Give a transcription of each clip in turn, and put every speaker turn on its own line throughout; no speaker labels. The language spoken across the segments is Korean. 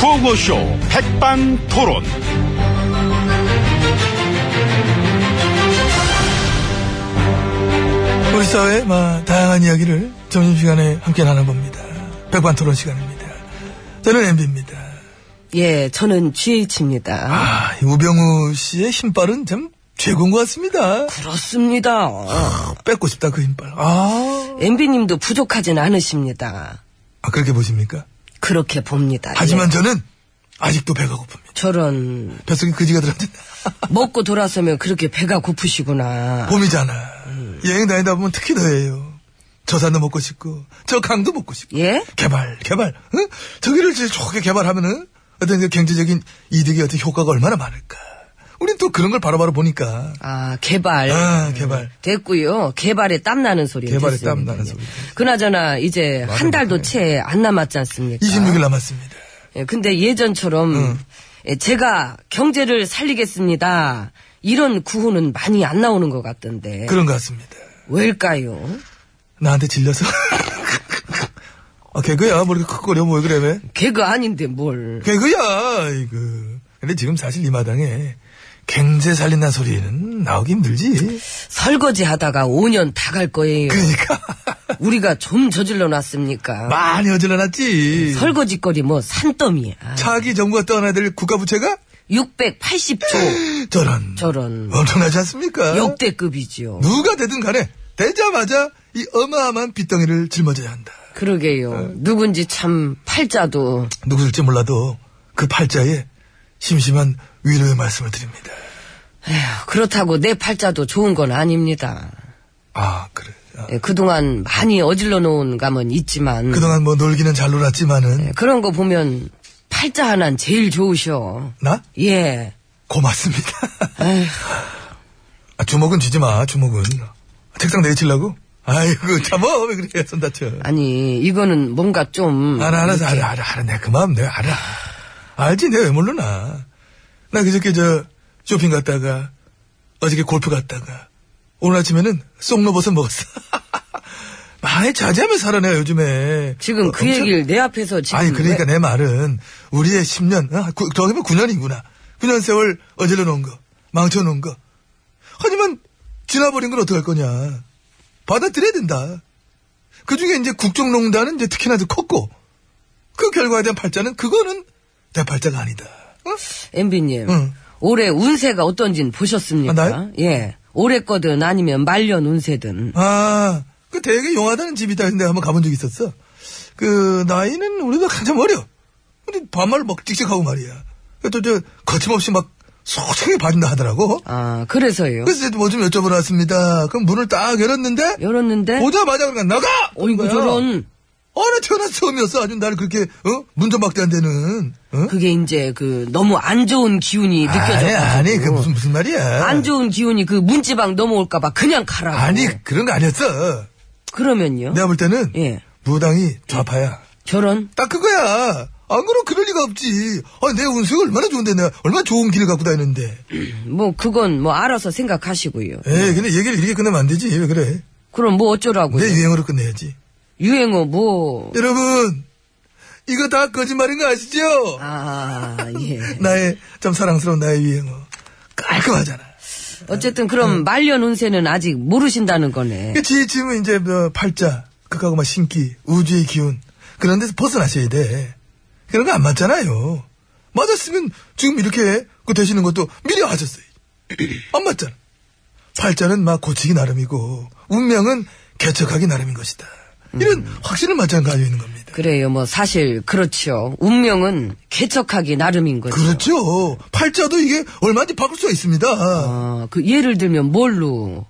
구호쇼 백반토론.
우리 사회의 마, 다양한 이야기를 점심시간에 함께 나눠봅니다. 백반토론 시간입니다. 저는 MB입니다.
예, 저는 GH입니다.
아, 이 우병우 씨의 힘빨은 참 최고인 것 같습니다.
그렇습니다.
아, 뺏고 싶다, 그 힘빨. 아,
MB님도 부족하진 않으십니다.
아, 그렇게 보십니까?
그렇게 봅니다.
하지만
예.
저는 아직도 배가 고픕니다.
저런
뱃속에 그지가 들었는데.
먹고 돌아서면 그렇게 배가 고프시구나.
봄이잖아. 여행 다니다 보면 특히 더해요. 저 산도 먹고 싶고, 저 강도 먹고 싶고.
예?
개발, 개발. 응? 저기를 이제 좋게 개발하면은 어떤 그 경제적인 이득이 어떤 효과가 얼마나 많을까. 우린 또 그런 걸 바로바로 보니까.
아, 개발.
아, 개발.
됐고요. 개발에 땀 나는 소리.
개발에
됐습니다.
땀 나는 소리.
그나저나 이제 한 달도 채 안 남았지 않습니까?
26일 남았습니다.
예, 근데 예전처럼 예, 제가 경제를 살리겠습니다. 이런 구호는 많이 안 나오는 것 같던데.
그런 것 같습니다.
왜일까요?
나한테 질려서. 아, 개그야. 뭐 이렇게 컥거려. 뭐 그래, 왜?
개그 아닌데 뭘.
개그야, 이거. 근데 지금 사실 이 마당에 경제 살린다는 소리는 나오기 힘들지.
설거지 하다가 5년 다 갈 거예요.
그러니까.
우리가 좀 저질러 놨습니까?
많이 어질러놨지.
설거지거리 뭐 산더미야.
차기 정부가 떠나야 될 국가부채가
680조
저런.
저런
엄청나지 않습니까?
역대급이지요.
네. 누가 되든 간에 되자마자 이 어마어마한 빚덩이를 짊어져야 한다.
그러게요.
네.
누군지 참 팔자도
누구일지 몰라도 그 팔자에 심심한 위로의 말씀을 드립니다.
에휴, 그렇다고 내 팔자도 좋은 건 아닙니다.
아, 그래. 아,
예, 그동안 많이 어질러 놓은 감은 있지만
그동안 뭐 놀기는 잘 놀았지만은
예, 그런 거 보면 팔자 하나는 제일 좋으셔.
나
예.
고맙습니다.
에휴,
아, 주먹은 쥐지 마. 주먹은 책상 내리치려고. 아이고 참어 왜 그래 손 다쳐.
아니 이거는 뭔가 좀
알아, 알아, 알아, 알아, 알아. 내가 그 마음 내가 알아. 알지, 내가 왜 모르나. 나 그저께 저 쇼핑 갔다가, 어저께 골프 갔다가, 오늘 아침에는 쏙로버섯 먹었어. 많이 자제하며 살아, 내가 요즘에.
지금
어,
그
엄청-
얘기를 내 앞에서 지금
아니, 그러니까
왜-
내 말은, 우리의 10년, 어? 구- 더하면 9년이구나. 9년 세월 어질러 놓은 거, 망쳐 놓은 거. 하지만, 지나버린 걸 어떡할 거냐. 받아들여야 된다. 그 중에 이제 국정농단은 이제 특히나 더 컸고, 그 결과에 대한 팔자는, 그거는 내 팔자가 아니다. 어?
MB님,
응.
올해 운세가 어떤진 보셨습니까?
아, 나요?
예. 올해 거든 아니면 말년 운세든.
아, 그 되게 용하다는 집이다. 근데 한번 가본 적이 있었어. 그, 나이는 우리도 한참 어려. 우리 반말 막 찍찍하고 말이야. 또 저, 거침없이 막, 소창에 봐준다 하더라고.
아, 그래서요.
그래서 뭐 좀 여쭤보러 왔습니다. 그럼 문을 딱 열었는데,
열었는데,
보자마자 그러니까 나가!
네.
그런
어이구,
거야.
저런.
어느 태어난 처음이었어. 아주 나를 그렇게, 어? 문전박대한 데는. 어?
그게 이제 그 너무 안 좋은 기운이 느껴져.
아니, 아니, 그 무슨, 무슨 말이야.
안 좋은 기운이 그 문지방 넘어올까봐 그냥 가라고.
아니, 네. 그런 거 아니었어.
그러면요.
내가 볼 때는,
예.
무당이 좌파야.
저런.
딱 그거야. 안 그러면 그럴 리가 없지. 아니, 내 운세가 얼마나 좋은데, 내가 얼마나 좋은 길을 갖고 다니는데.
뭐 그건 뭐 알아서 생각하시고요.
에이, 근데 얘기를 이렇게 끝내면 안 되지. 왜 그래?
그럼 뭐
내
어쩌라고요.
유행으로 끝내야지.
유행어 뭐.
여러분, 이거 다 거짓말인 거 아시죠?
아, 예.
나의, 참 사랑스러운 나의 유행어. 깔끔하잖아.
어쨌든
음.
그럼 말년 운세는 아직 모르신다는 거네.
그치, 그러니까 지금은 이제, 뭐, 팔자, 극하고 막 신기, 우주의 기운. 그런 데서 벗어나셔야 돼. 그런 거 안 맞잖아요. 맞았으면 지금 이렇게 그 되시는 것도 미리 아셨어요. 안 맞잖아. 팔자는 막 고치기 나름이고, 운명은 개척하기 나름인 것이다. 이런 확신을 맞자는 가지고 있는 겁니다.
그래요. 뭐 사실 그렇죠. 운명은 개척하기 나름인 거죠.
그렇죠. 팔자도 이게 얼마든지 바꿀 수가 있습니다.
어, 그 예를 들면 뭘로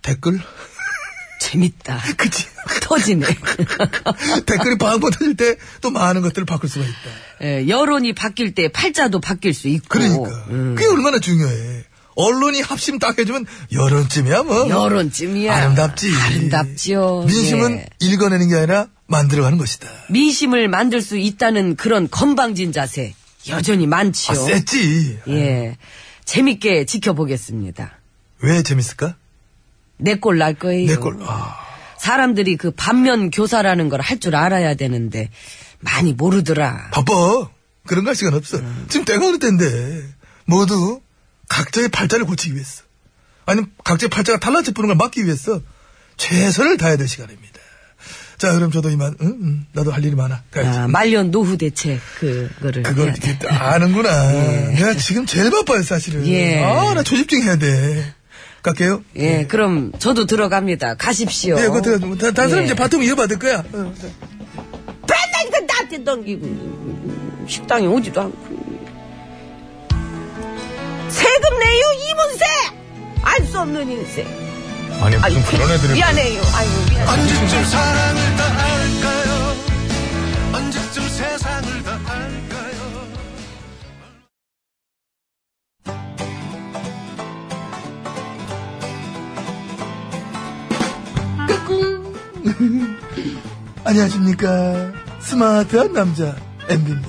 댓글?
재밌다.
그치.
터지네.
댓글이 방법 터질 때 또 많은 것들을 바꿀 수가 있다.
예, 여론이 바뀔 때 팔자도 바뀔 수 있고.
그러니까.
음,
그게 얼마나 중요해. 언론이 합심 딱 해주면 여론쯤이야 뭐.
여론쯤이야.
아름답지.
아름답지요.
민심은
예.
읽어내는 게 아니라 만들어가는 것이다.
민심을 만들 수 있다는 그런 건방진 자세 여전히
아,
많지요.
쎘지.
예, 재밌게 지켜보겠습니다.
왜 재밌을까?
내 꼴 날 거예요.
내 꼴. 아,
사람들이 그 반면 교사라는 걸 할 줄 알아야 되는데 많이 모르더라.
바빠. 그런 거 할 시간 없어. 지금 때가 어느 때인데 모두 각자의 팔자를 고치기 위해서 아니면 각자의 팔자가 달라져 보는 걸 막기 위해서 최선을 다해야 될 시간입니다. 자 그럼 저도 이만 응? 응, 나도 할 일이 많아. 가야지.
아, 말년 노후 대책 그거를
그걸
해야 돼.
이렇게 아는구나. 내가 지금 제일 바빠요 사실은.
예.
아 나 조집중 해야 돼. 갈게요.
예, 그럼 저도 들어갑니다. 가십시오.
네, 그거 들어가지고 다- 다른 사람
예.
이제 바통 이어받을 거야. 어.
맨날 이거 나한테 넘기고 식당에 오지도 않고 세금 내요 이문세 알 수 없는 인생
아니 무슨
아이고,
그런 애들이
미안해요 아이고 미안해요
언제쯤 사랑을 다 할까요? 언제쯤 세상을 다 할까요?
안녕하십니까. 스마트한 남자, MB입니다.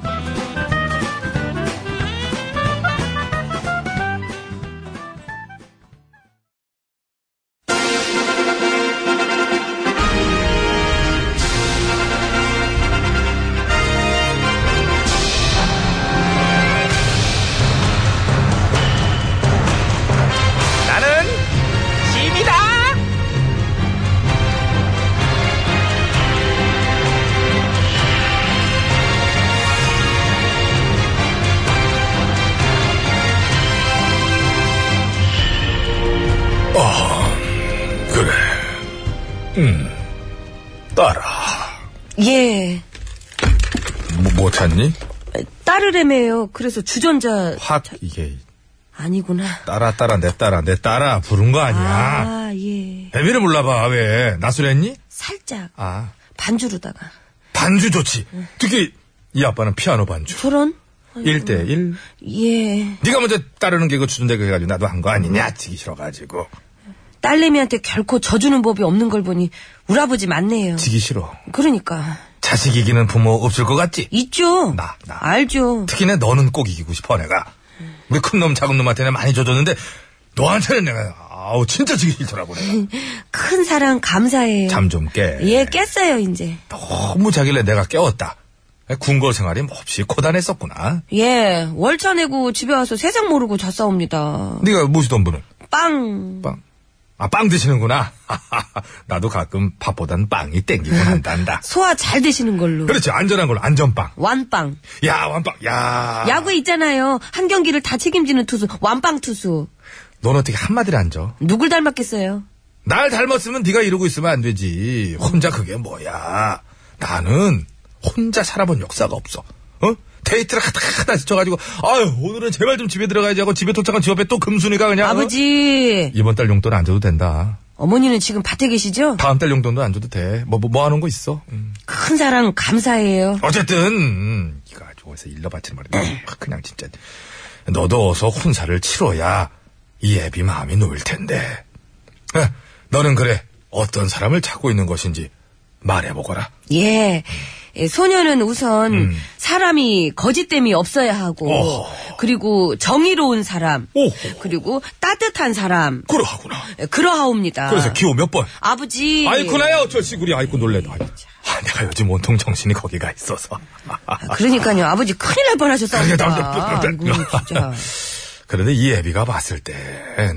나는 짐이다. 아 그래 음 따라
예
뭐, 뭐 찾니?
따르래매요 그래서 주전자
확 이게
아니구나
따라 따라 내 따라 내 따라 부른 거 아니야?
아예
애비를 불러봐 왜 나술했니?
살짝
아
반주르다가
반주 좋지. 특히 이 아빠는 피아노 반주.
저런
1대1.
예
네가 먼저 따르는 게 이거 주전자 그래 가지고 나도 한 거 아니냐? 치기 싫어 가지고.
딸내미한테 결코 져주는 법이 없는 걸 보니 우리 아버지 맞네요
지기 싫어.
그러니까
자식 이기는 부모 없을 것 같지?
있죠
나, 나.
알죠
특히나 너는 꼭 이기고 싶어 내가. 우리 큰 놈 작은 놈한테는 많이 져줬는데 너한테는 내가 아우 진짜 지기 싫더라고 내가.
큰 사랑 감사해요
잠 좀 깨.
예 깼어요 이제
너무 자길래 내가 깨웠다. 군거 생활이 몹시 고단했었구나.
예, 월차 내고 집에 와서 세상 모르고 잤사옵니다.
네가 모시던 분은
빵.
빵. 아, 빵 드시는구나. 나도 가끔 밥보단 빵이 땡기곤 한단다.
소화 잘 되시는 걸로.
그렇지, 안전한 걸로, 안전빵.
완빵.
야, 완빵, 야.
야구에 있잖아요. 한 경기를 다 책임지는 투수. 완빵 투수.
넌 어떻게 한마디를 안 줘?
누굴 닮았겠어요?
날 닮았으면 네가 이러고 있으면 안 되지. 혼자 그게 뭐야. 나는 혼자 살아본 역사가 없어. 어? 데이트를 하다 하다 지쳐가지고, 아유, 오늘은 제발 좀 집에 들어가야지 하고 집에 도착한 집 앞에 또 금순이가 그냥. 어?
아버지.
이번 달 용돈 안 줘도 된다.
어머니는 지금 밭에 계시죠?
다음 달 용돈도 안 줘도 돼. 뭐, 뭐, 뭐 하는 거 있어? 음.
큰 사랑 감사해요.
어쨌든 음, 이거 아주 어디서 일러바치는 말이야. 아, 그냥 진짜 너도 어서 혼사를 치러야 이 애비 마음이 놓일 텐데. 에, 너는 그래 어떤 사람을 찾고 있는 것인지 말해보거라.
예. 예, 소녀는 우선 사람이 거짓됨이 없어야 하고
음. 어.
그리고 정의로운 사람
오,
그리고 따뜻한 사람
그러하구나.
예, 그러하옵니다.
그래서 기호 몇 번?
아버지
아이쿠나야 어쩔 시구리 아이쿠 놀래다. 아, 내가 요즘 온통 정신이 거기가 있어서.
그러니까요. 아버지 큰일 날 뻔하셨습니다.
그러게,
아이고, 진짜.
그런데 이 애비가 봤을 때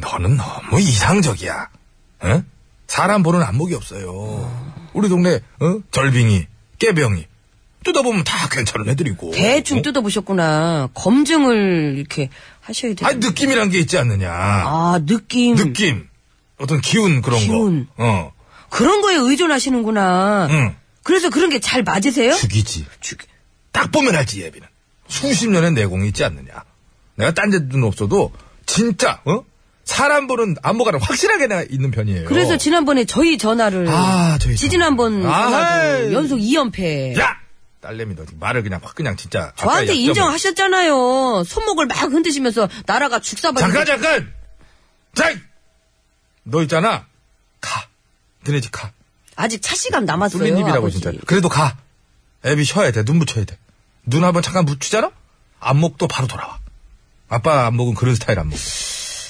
너는 너무 이상적이야. 어? 사람 보는 안목이 없어요. 우리 동네 어? 절빙이, 깨병이 뜯어보면 다 괜찮은 애들이고.
대충
어?
뜯어보셨구나. 검증을 이렇게 하셔야 돼요.
아니 느낌이란 게 있지 않느냐.
아, 느낌.
느낌, 어떤 기운 그런
기운.
거. 어,
그런 거에 의존하시는구나.
응.
그래서 그런 게 잘 맞으세요?
죽이지.
죽-
딱 보면 알지 이 애비는. 수십 년의 내공이 있지 않느냐. 내가 딴 데는 없어도 진짜 어? 사람 보는 안목가는 확실하게 내가 있는 편이에요.
그래서 지난번에 저희 전화를
어. 아, 저희
지진 한번
전화.
전화도
아이.
연속 2연패.
야 딸내미 너 지금 말을 그냥 확 그냥 진짜 아까
예. 저한테
약점을-
인정하셨잖아요. 손목을 막 흔드시면서 나라가 죽사발이
잠깐 잠깐 자, 너 있잖아 가 너네 집 가.
아직 차시간 남았어요.
뚫린 입이라고
아버지.
진짜. 그래도 가. 애비 쉬어야 돼. 눈 붙여야 돼. 눈 한번 잠깐 붙이잖아? 안목도 바로 돌아와. 아빠 안목은 그런 스타일 안목.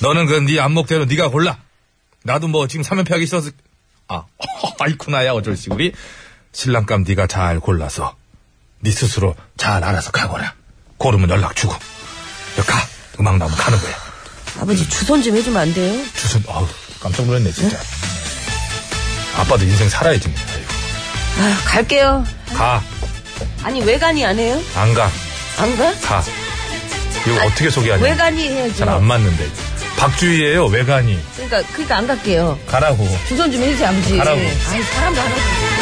너는 그네 안목대로 네가 골라. 나도 뭐 지금 삼연패하기 싫어서 아 아이쿠나야 어쩔 시 우리 신랑감 네가 잘 골라서 네 스스로 잘 알아서 가거라. 고르면 연락 주고. 너 가. 음악 나오면 가는 거야. 음.
아버지 주선 좀 해주면 안 돼요?
주선 아우 깜짝 놀랐네 진짜. 아빠도 인생 살아야지. 뭐. 아이고.
아, 갈게요.
가.
아니 외관이 안 해요?
안 가.
안 가?
다. 이거 어떻게 소개하냐?
외관이 해야죠.
잘 안 맞는데. 박주희예요 외관이.
그러니까 그러니까 안 갈게요.
가라고.
주선 좀 해주지 아버지.
가라고.
아니 사람도 안 하고.